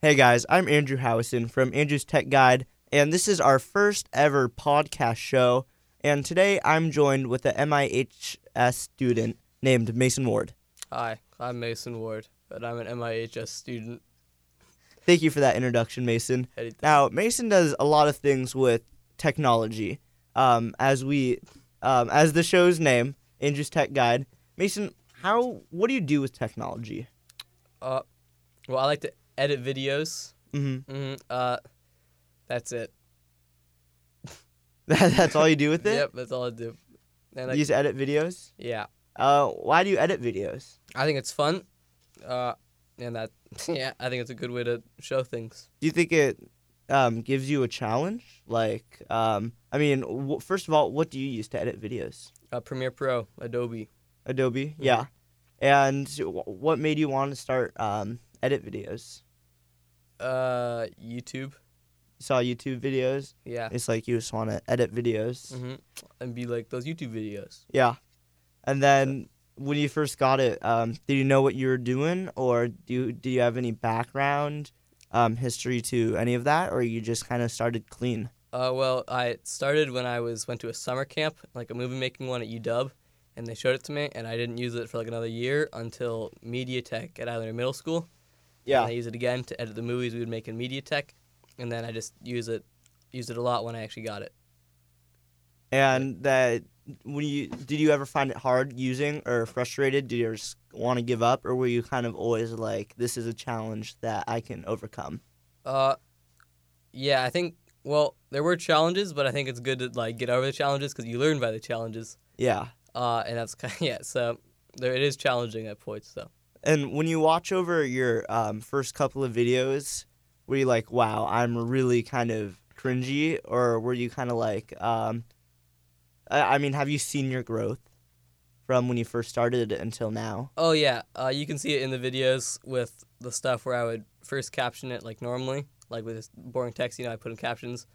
Hey guys, I'm Andrew Howison from Andrew's Tech Guide, and this is our first ever podcast show. And today I'm joined with a MIHS student named Mason Ward. Hi, I'm Mason Ward, and I'm an MIHS student. Thank you for that introduction, Mason. Anything. Now, Mason does a lot of things with technology. Um, as we, um, as the show's name, Andrew's Tech Guide. Mason, how? What do you do with technology? Uh, well, I like to edit videos. Mm-hmm. hmm Uh, that's it. That, that's all you do with it. Yep, that's all I do. And You I, just edit videos. yeah, Uh, why do you edit videos? I think it's fun. Uh, and that yeah, I think it's a good way to show things. do you think it um, gives you a challenge? Like, um, I mean, w- first of all, what do you use to edit videos? Uh, Premiere Pro, Adobe. Adobe, yeah. And w- what made you want to start um, edit videos? Uh, YouTube. You saw YouTube videos. Yeah. It's like you just want to edit videos. hmm And be like those YouTube videos. Yeah. And then when you first got it, um, did you know what you were doing, or do you, do you have any background um, history to any of that, or you just kind of started clean? Uh, well, I started when I was went to a summer camp, like a movie making one at UW, and they showed it to me, and I didn't use it for like another year until MediaTek at Islander Middle School. And I used it again to edit the movies we would make in MediaTek, and then I just use it, used it a lot when I actually got it. and that when you did you ever find it hard using or frustrated did you ever want to give up or were you kind of always like this is a challenge that i can overcome Uh, yeah, I think well there were challenges, but I think it's good to like get over the challenges because you learn by the challenges. yeah Uh, and that's kind yeah. So there it is challenging at points though. and when you watch over your um, first couple of videos were you like wow i'm really kind of cringy or were you kind of like um, I, I mean have you seen your growth from when you first started until now Oh yeah, uh, you can see it in the videos with the stuff where I would first caption it like normally, like with this boring text. You know, I put in captions,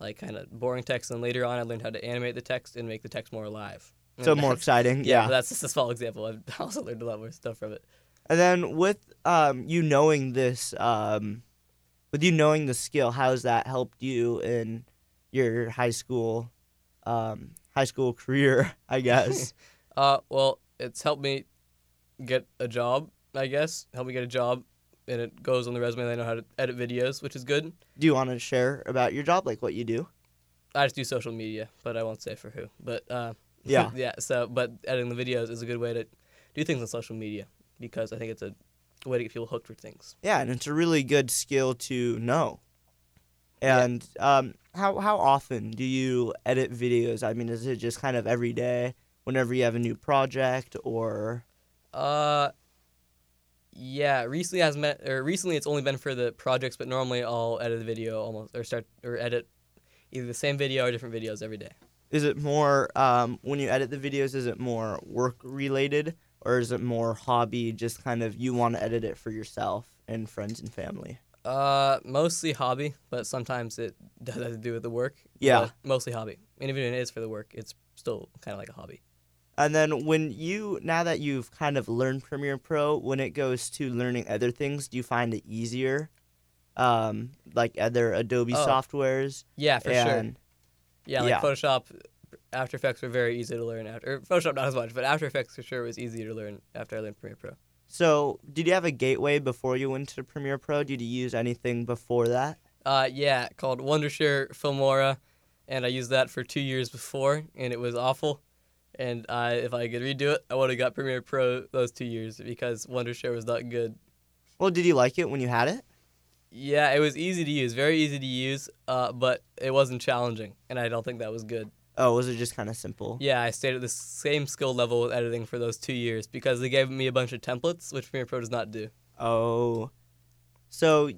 like kind of boring text, and later on I learned how to animate the text and make the text more alive. so And more that's- exciting Yeah, yeah but that's just a small example. I've also learned a lot more stuff from it. And then with um, you knowing this, um, with you knowing the skill, how has that helped you in your high school, um, high school career? I guess. Uh, well, it's helped me get a job, I guess. Helped me get a job, and it goes on the resume. and I know how to edit videos, which is good. do you want to share about your job, like what you do? I just do social media, but I won't say for who. But uh, Yeah. yeah. So, but editing the videos is a good way to do things on social media because I think it's a way to get people hooked for things. Yeah, and it's a really good skill to know. Yeah. And um, how how often do you edit videos? I mean, is it just kind of every day, whenever you have a new project, or Uh, yeah. Recently has met or recently it's only been for the projects, but normally I'll edit the video almost or start or edit either the same video or different videos every day. Is it more um, when you edit the videos? Is it more work related, or is it more hobby? Just kind of you want to edit it for yourself and friends and family. Uh, mostly hobby, but sometimes it does have to do with the work. Yeah. but mostly hobby. And even if it is for the work, it's still kind of like a hobby. And then when you now that you've kind of learned Premiere Pro, when it goes to learning other things, do you find it easier? Um, like other Adobe Oh, softwares Yeah, for sure. and Yeah, like Yeah. Photoshop, After Effects were very easy to learn. After or Photoshop not as much, but After Effects for sure was easy to learn after I learned Premiere Pro. so did you have a gateway before you went to Premiere Pro? Did you use anything before that? Uh, yeah, called Wondershare Filmora, and I used that for two years before, and it was awful. And I, if I could redo it, I would have got Premiere Pro those two years because Wondershare was not good. Well, did you like it when you had it? Yeah, it was easy to use, very easy to use, uh, but it wasn't challenging, and I don't think that was good. Oh, was it just kind of simple? Yeah, I stayed at the same skill level with editing for those two years because they gave me a bunch of templates, which Premiere Pro does not do. Oh. So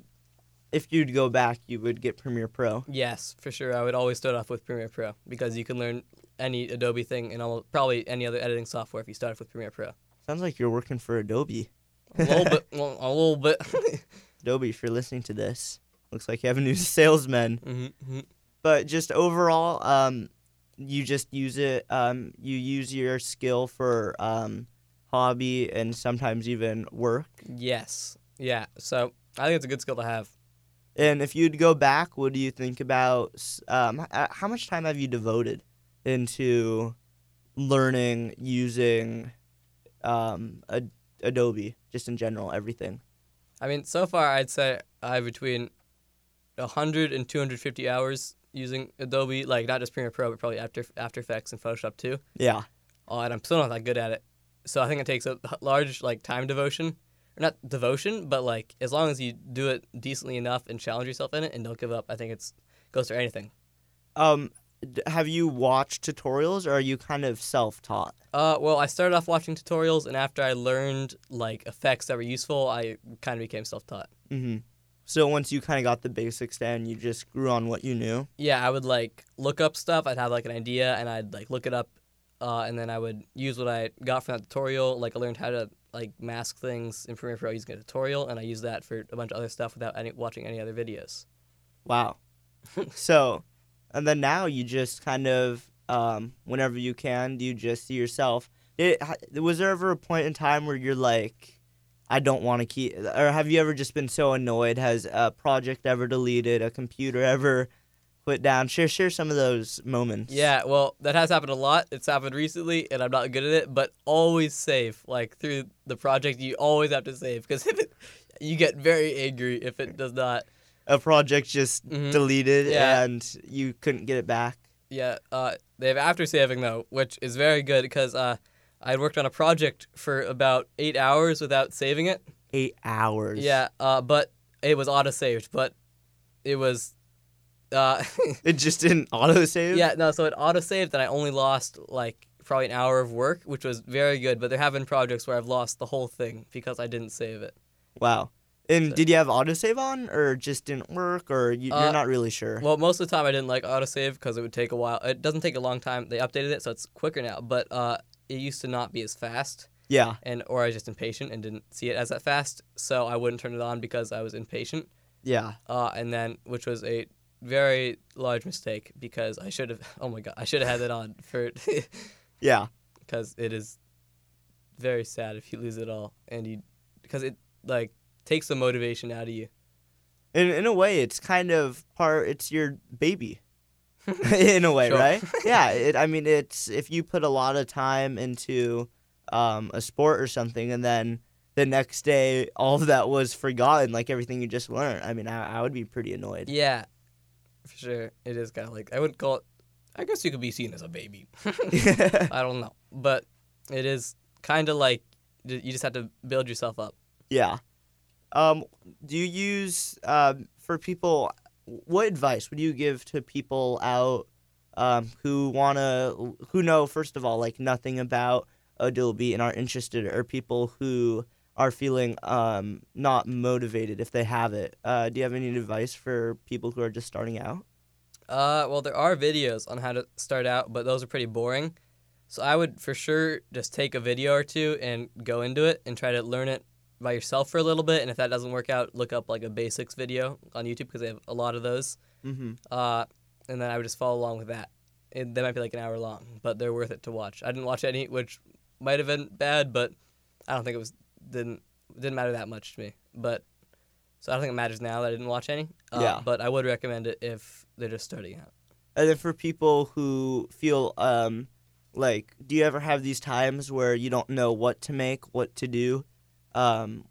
if you'd go back, you would get Premiere Pro. Yes, for sure. I would always start off with Premiere Pro because you can learn any Adobe thing and almost, probably any other editing software if you start off with Premiere Pro. Sounds like you're working for Adobe. A little bit, well, a little bit. Adobe, if you're listening to this, looks like you have a new salesman. Mhm, mhm. But just overall, um, you just use it, um, you use your skill for um, hobby and sometimes even work. yes, yeah. So I think it's a good skill to have. And if you'd go back, what do you think about um, h- how much time have you devoted into learning using um, Ad- Adobe, just in general, everything? I mean, so far I'd say I have between 100 and 250 hours using Adobe, like not just Premiere Pro, but probably After After Effects and Photoshop too. Yeah. Oh, and I'm still not that good at it. So I think it takes a large like time devotion, or not devotion, but like as long as you do it decently enough and challenge yourself in it and don't give up, I think it's goes for anything. Um, d- have you watched tutorials or are you kind of self-taught? Uh, well, I started off watching tutorials, and after I learned like effects that were useful, I kind of became self-taught. Mm-hmm. So once you kind of got the basics down, you just grew on what you knew. Yeah, I would like look up stuff. I'd have like an idea, and I'd like look it up, uh, and then I would use what I got from that tutorial. Like I learned how to like mask things in Premiere Pro using a tutorial, and I used that for a bunch of other stuff without any watching any other videos. Wow. so, and then now you just kind of, um, whenever you can, you just see yourself. It, was there ever a point in time where you're like, I don't want to keep. Or have you ever just been so annoyed? Has a project ever deleted? A computer ever put down? Share share some of those moments. Yeah, well, that has happened a lot. It's happened recently, and I'm not good at it. But always save. Like through the project, you always have to save because if it, you get very angry if it does not. A project just mm-hmm. deleted Yeah. and you couldn't get it back. Yeah, uh, they have after saving though, which is very good because uh, I had worked on a project for about eight hours without saving it. Eight hours. Yeah, uh, but it was auto saved, but it was. Uh, It just didn't auto save. yeah, no, so it auto saved, and I only lost like probably an hour of work, which was very good. But there have been projects where I've lost the whole thing because I didn't save it. Wow. And So- did you have autosave on, or it just didn't work, or you, Uh, you're not really sure? Well, most of the time I didn't like autosave because it would take a while. It doesn't take a long time. They updated it, so it's quicker now, but uh, it used to not be as fast. yeah. and or I was just impatient and didn't see it as that fast, so I wouldn't turn it on because I was impatient. Yeah. Uh, and then which was a very large mistake because I should have oh my god I should have had it on for Yeah. because it is very sad if you lose it all and you because it like takes the motivation out of you. In in a way, it's kind of part. It's your baby, in a way, Sure. right? Yeah. It, I mean, it's if you put a lot of time into um, a sport or something, and then the next day all of that was forgotten, like everything you just learned. I mean, I, I would be pretty annoyed. Yeah, for sure it is kind of like I wouldn't call it. I guess you could be seen as a baby. I don't know, but it is kind of like you just have to build yourself up. yeah. Um, do you use um, for people? What advice would you give to people out um, who wanna who know first of all like nothing about Adobe and are interested, or people who are feeling um, not motivated if they have it? Uh, do you have any advice for people who are just starting out? Uh, well, there are videos on how to start out, but those are pretty boring. So I would for sure just take a video or two and go into it and try to learn it by yourself for a little bit. And if that doesn't work out, look up like a basics video on YouTube because they have a lot of those. Mm-hmm. Uh, and then I would just follow along with that. It, they might be like an hour long, but they're worth it to watch. I didn't watch any, which might have been bad, but I don't think it was didn't didn't matter that much to me. But so I don't think it matters now that I didn't watch any. Uh, Yeah. But I would recommend it if they're just starting out. And then for people who feel um, like, do you ever have these times where you don't know what to make, what to do? Um,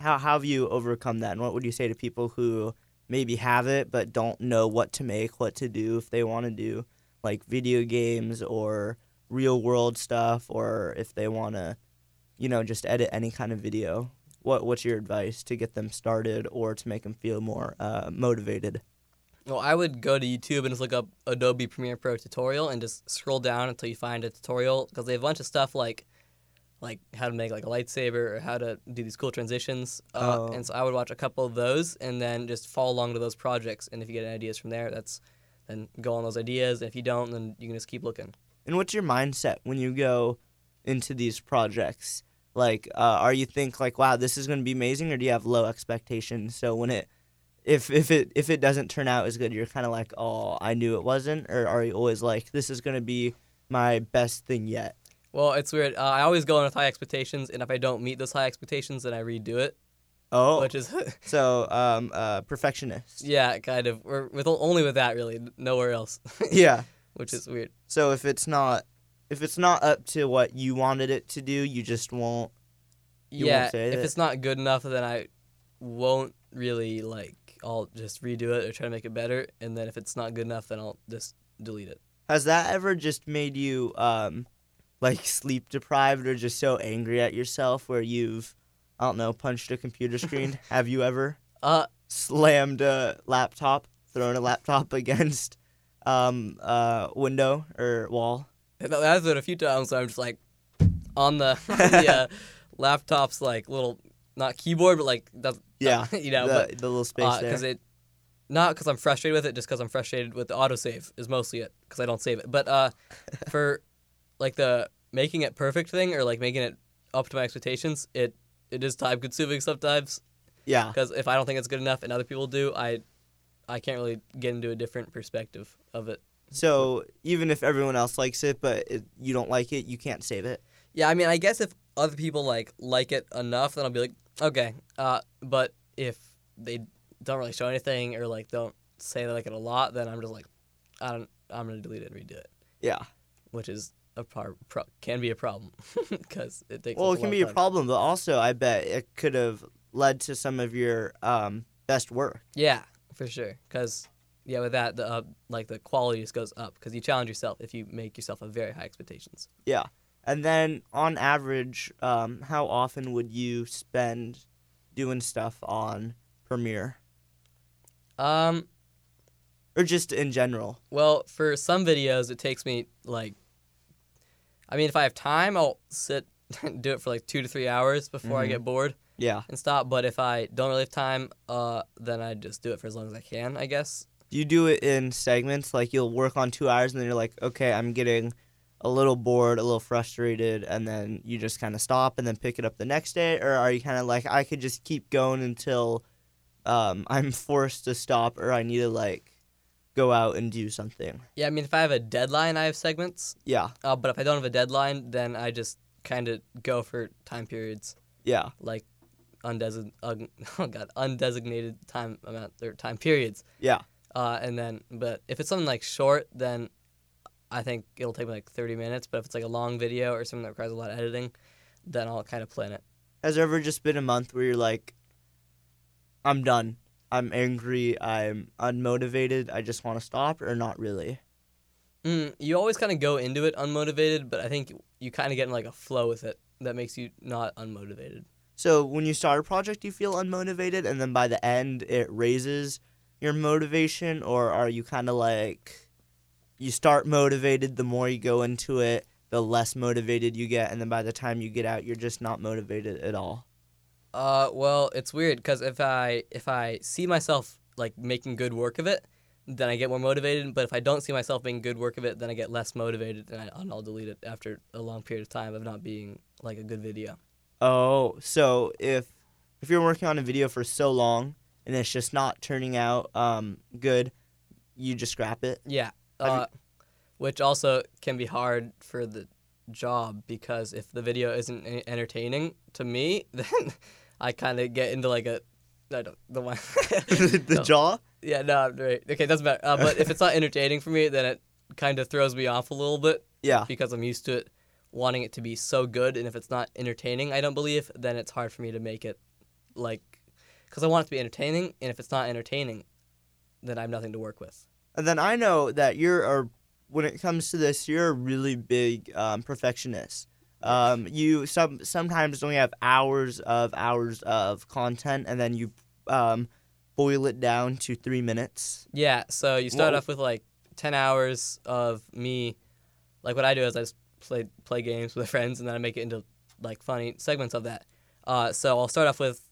how, how have you overcome that? And what would you say to people who maybe have it but don't know what to make, what to do if they want to do like video games or real world stuff, or if they want to, you know, just edit any kind of video? What, what's your advice to get them started or to make them feel more uh, motivated? Well, I would go to YouTube and just look up Adobe Premiere Pro tutorial and just scroll down until you find a tutorial because they have a bunch of stuff like, like how to make like a lightsaber or how to do these cool transitions. Uh, Oh. And so I would watch a couple of those and then just follow along to those projects. And if you get any ideas from there, that's then go on those ideas. And if you don't, then you can just keep looking. And what's your mindset when you go into these projects? Like, uh, are you think like, wow, this is going to be amazing, or do you have low expectations? So when it, if if it if it doesn't turn out as good, you're kind of like, oh, I knew it wasn't, or are you always like, this is going to be my best thing yet? Well, it's weird. Uh, I always go in with high expectations, and if I don't meet those high expectations, then I redo it. Oh, which is so um, uh, perfectionist. yeah, kind of. We're with only with that really, nowhere else. Yeah. which is weird. So if it's not if it's not up to what you wanted it to do, you just won't. You yeah, won't say if that? it's not good enough, then I won't really like. I'll just redo it or try to make it better, and then if it's not good enough, then I'll just delete it. Has that ever just made you um, like sleep deprived or just so angry at yourself where you've I don't know punched a computer screen? Have you ever Uh, slammed a laptop, thrown a laptop against um, uh, window or wall? And that- That's it a few times. where I'm just like on the, the uh, laptop's like little not keyboard, but like that's Yeah, you know, Uh, the, but the little space there. because it not because I'm frustrated with it, just because I'm frustrated with the autosave is mostly it because I don't save it. But uh, for like the making it perfect thing or like making it up to my expectations, it it is time consuming sometimes yeah, because if I don't think it's good enough and other people do, I I can't really get into a different perspective of it. So even if everyone else likes it, but it, you don't like it, you can't save it. Yeah, I mean, I guess if other people like like it enough, then I'll be like, okay. Uh, but if they don't really show anything or like don't say they like it a lot, then I'm just like, I don't. I'm gonna delete it and redo it, Yeah. which is a par- pro- can be a problem because it takes. Well, up it can lot be a of time. problem, but also I bet it could have led to some of your um, best work. Yeah, for sure. Because yeah, with that, the uh, like the quality just goes up because you challenge yourself if you make yourself a very high expectations. And then on average, um, how often would you spend doing stuff on Premiere Um. or just in general? Well, for some videos, it takes me like, I mean, if I have time, I'll sit do it for like two to three hours before I Mhm. get bored Yeah. and stop. But if I don't really have time, uh, then I just do it for as long as I can, I guess. Do you do it in segments? Like you'll work on two hours and then you're like, okay, I'm getting a little bored, a little frustrated, and then you just kind of stop and then pick it up the next day? Or are you kind of like, I could just keep going until um, I'm forced to stop or I need to like go out and do something? Yeah, I mean, if I have a deadline, I have segments. Yeah, Uh, but if I don't have a deadline, then I just kind of go for time periods yeah, like undesign un- oh god undesignated time amount or time periods. yeah. Uh, and then, but if it's something like short, then I think it'll take me like 30 minutes. But if it's like a long video or something that requires a lot of editing, then I'll kind of plan it. Has there ever just been a month where you're like, I'm done? I'm angry. I'm unmotivated. I just want to stop, or not really. Mm, you always kind of go into it unmotivated, but I think you kind of get in like a flow with it that makes you not unmotivated. So when you start a project, you feel unmotivated, and then by the end, it raises your motivation, or are you kind of like you start motivated the more you go into it, the less motivated you get, and then by the time you get out, you're just not motivated at all. Uh, well, it's weird because if I if I see myself like making good work of it, then I get more motivated. But if I don't see myself making good work of it, then I get less motivated, and, I, and I'll delete it after a long period of time of not being like a good video. Oh, so if if you're working on a video for so long and it's just not turning out um, good, you just scrap it. Yeah. Have you- Uh, which also can be hard for the job because if the video isn't en- entertaining to me, then I kind of get into like a. I don't. The one. the No. jaw. Yeah, no, I'm right. Okay, doesn't matter. Uh, but if it's not entertaining for me, then it kind of throws me off a little bit Yeah. because I'm used to it wanting it to be so good. And if it's not entertaining, I don't believe, then it's hard for me to make it like. Because I want it to be entertaining. And if it's not entertaining, then I have nothing to work with. And then I know that you're a, when it comes to this, you're a really big um, perfectionist. Um, you some sometimes only have hours of hours of content, and then you um, boil it down to three minutes. Yeah, so you start Wha- off with like ten hours of me. Like what I do is I just play play games with friends, and then I make it into like funny segments of that. Uh, so I'll start off with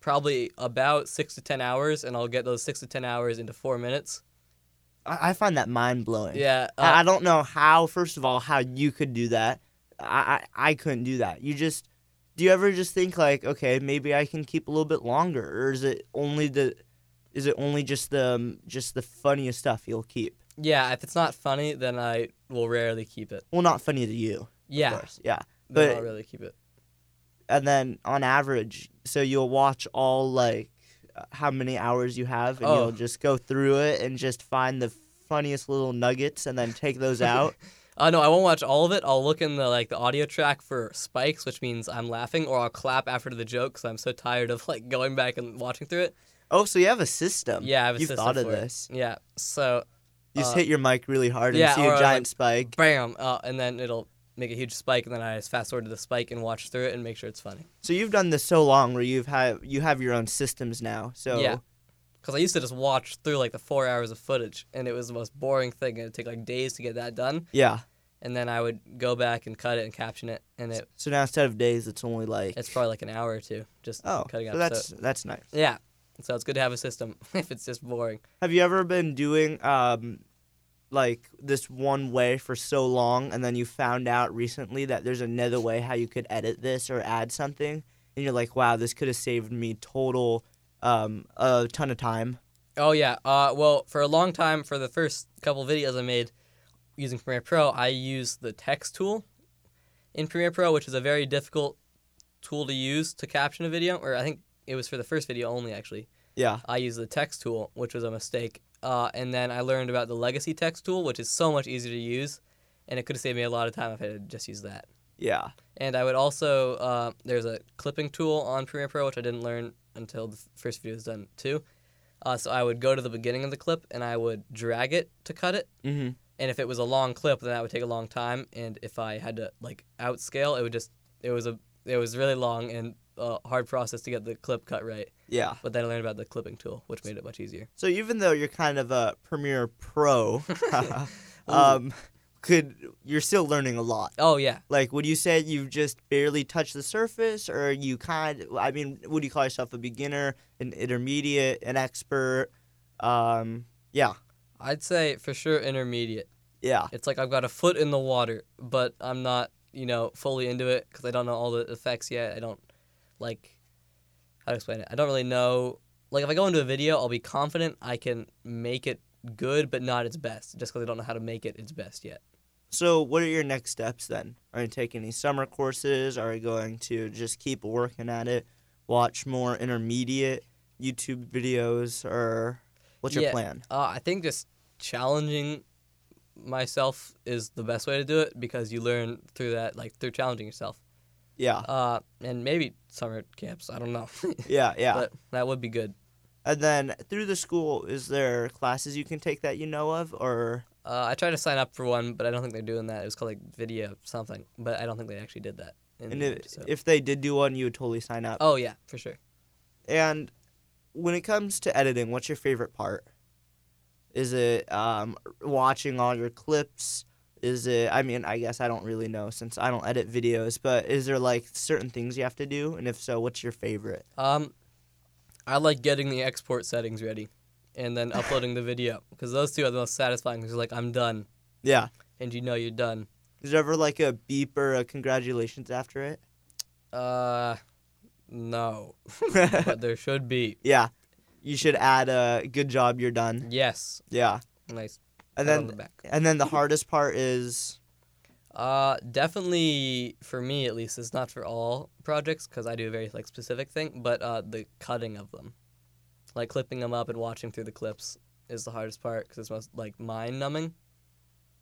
probably about six to ten hours, and I'll get those six to ten hours into four minutes. I, I find that mind blowing. Yeah, uh, I, I don't know how. First of all, how you could do that. I, I I couldn't do that. You just do you ever just think like, okay, maybe I can keep a little bit longer, or is it only the is it only just the um, just the funniest stuff you'll keep? yeah. If it's not funny, then I will rarely keep it. Well, not funny to you. Yeah, course. Yeah. then but- I'll rarely keep it. and then on average, so you'll watch all like uh, how many hours you have, and Oh. you'll just go through it and just find the funniest little nuggets, and then take those out. Uh, no, I won't watch all of it. I'll look in the like the audio track for spikes, which means I'm laughing, or I'll clap after the joke because I'm so tired of like going back and watching through it. oh, so you have a system? Yeah, I have a you've system thought of for it. this. Yeah, so You just Uh, hit your mic really hard and yeah, see a or, giant like- spike. bam, uh, and then it'll make a huge spike, and then I just fast forward to the spike and watch through it and make sure it's funny. So you've done this so long where you've have you have your own systems now. So Yeah. Because I used to just watch through like the four hours of footage, and it was the most boring thing. and It'd take like days to get that done, yeah. and then I would go back and cut it and caption it, and it So now instead of days, it's only like it's probably like an hour or two just oh, cutting so up. that's that's nice. yeah, so it's good to have a system if it's just boring. Have you ever been doing um, like this one way for so long, and then you found out recently that there's another way how you could edit this or add something, and you're like, wow, this could have saved me total um, a ton of time. Oh yeah. Uh, well, for a long time, for the first couple videos I made using Premiere Pro, I used the text tool in Premiere Pro, which is a very difficult tool to use to caption a video. Or I think it was for the first video only, actually. Yeah. I used the text tool, which was a mistake. Uh, and then I learned about the legacy text tool, which is so much easier to use, and it could have saved me a lot of time if I had just used that. Yeah. And I would also uh, there's a clipping tool on Premiere Pro which I didn't learn until the f- first video was done too. Uh, so I would go to the beginning of the clip and I would drag it to cut it. Mm-hmm. And if it was a long clip, then that would take a long time. And if I had to like outscale, it would just it was a it was really long and uh, hard process to get the clip cut right. Yeah. But then I learned about the clipping tool, which made it much easier. So even though you're kind of a Premiere Pro, um, could you're still learning a lot. Oh yeah, Like, would you say you've just barely touched the surface, or you kind? I mean, would you call yourself a beginner, an intermediate, an expert? Um, yeah, I'd say for sure intermediate. yeah, It's like I've got a foot in the water, but I'm not, you know, fully into it because I don't know all the effects yet. I don't like how to explain it. I don't really know. Like if I go into a video, I'll be confident I can make it good, but not its best, just because I don't know how to make it its best yet. So, what are your next steps then? Are you taking any summer courses? Are you going to just keep working at it, watch more intermediate YouTube videos, or what's your Yeah. plan? Uh, I think just challenging myself is the best way to do it because you learn through that, like through challenging yourself. Yeah, Uh, and maybe summer camps. I don't know, yeah, yeah. but that would be good. and then through the school, is there classes you can take that you know of, or Uh, I tried to sign up for one, but I don't think they're doing that. It was called like video something, but I don't think they actually did that. in and the if, end, so- if they did do one, you would totally sign up. oh yeah, for sure. And when it comes to editing, what's your favorite part? Is it um, watching all your clips? Is it? I mean, I guess I don't really know since I don't edit videos. But is there like certain things you have to do? And if so, what's your favorite? Um, I like getting the export settings ready, and then uploading the video because those two are the most satisfying. Because like I'm done, Yeah. and you know you're done. Is there ever like a beep or a congratulations after it? Uh, no, but there should be. yeah. You should add a good job. You're done. Yes, Yeah. nice. And pat on the then back. and then the hardest part is Uh, definitely for me at least. It's not for all projects because I do a very like specific thing, but uh, the cutting of them, like clipping them up and watching through the clips, is the hardest part because it's most like mind numbing.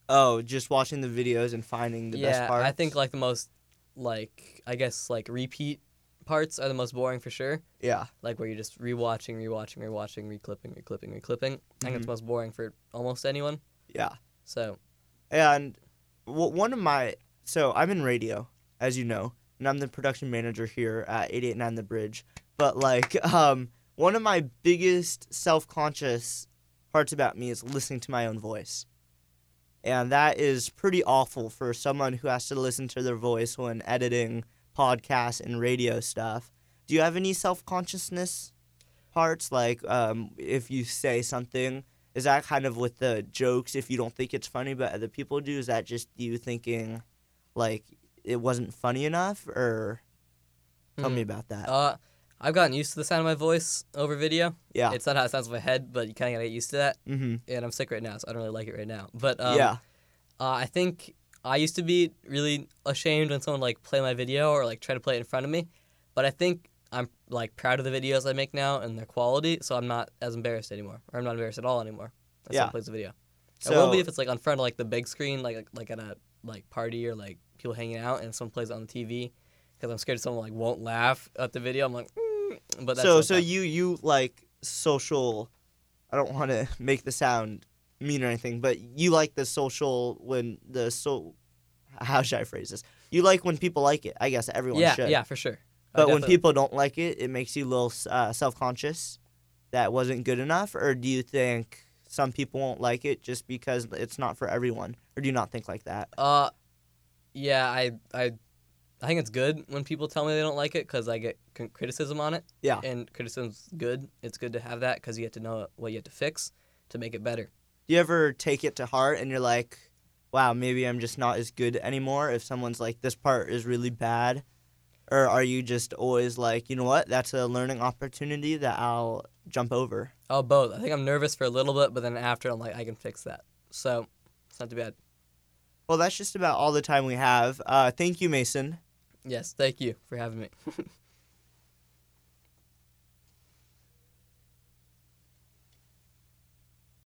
oh, just watching the videos and finding the yeah, best part. I think like the most like I guess like repeat parts are the most boring for sure. yeah. Like where you're just rewatching, rewatching, rewatching, reclipping, reclipping, reclipping. I think Mhm. it's the most boring for almost anyone. Yeah. So And w- one of my so I'm in radio, as you know, and I'm the production manager here at 889 The Bridge. But like, um, one of my biggest self-conscious parts about me is listening to my own voice, and that is pretty awful for someone who has to listen to their voice when editing podcasts and radio stuff. Do you have any self-consciousness parts? Like, um, if you say something is that kind of with the jokes if you don't think it's funny but other people do is that just you thinking like it wasn't funny enough or tell Mhm. me about that uh, I've gotten used to the sound of my voice over video. yeah It's not how it sounds in my head, but you kind of gotta get used to that. mm-hmm. and I'm sick right now, so I don't really like it right now. But um, yeah uh, I think I used to be really ashamed when someone like play my video or like try to play it in front of me, but I think I'm like proud of the videos I make now and their quality, so I'm not as embarrassed anymore, or I'm not embarrassed at all anymore. If Yeah. someone plays a video, So I will be if it's like on front of like the big screen, like like, like at a like party or like people hanging out, and someone plays it on the TV, because I'm scared someone like won't laugh at the video. I'm like, mm, but that's so not so bad. you you like social. I don't want to make the sound mean or anything, but you like the social when the so. How should I phrase this? You like when people like it. I guess everyone yeah should. yeah for sure. I But when definitely- people don't like it, it makes you a little uh, self conscious. That wasn't good enough, or do you think some people won't like it just because it's not for everyone, or do you not think like that? Uh, yeah, I I I think it's good when people tell me they don't like it because I get c- criticism on it. Yeah. and criticism's good. It's good to have that because you get to know what you have to fix to make it better. Do you ever take it to heart and you're like, "Wow, maybe I'm just not as good anymore"? If someone's like, "This part is really bad," or are you just always like, "You know what? That's a learning opportunity that I'll jump over." Oh, both. I think I'm nervous for a little bit, but then after I'm like, I can fix that. So it's not too bad. Well, that's just about all the time we have. Uh, thank you, Mason. Yes, thank you for having me.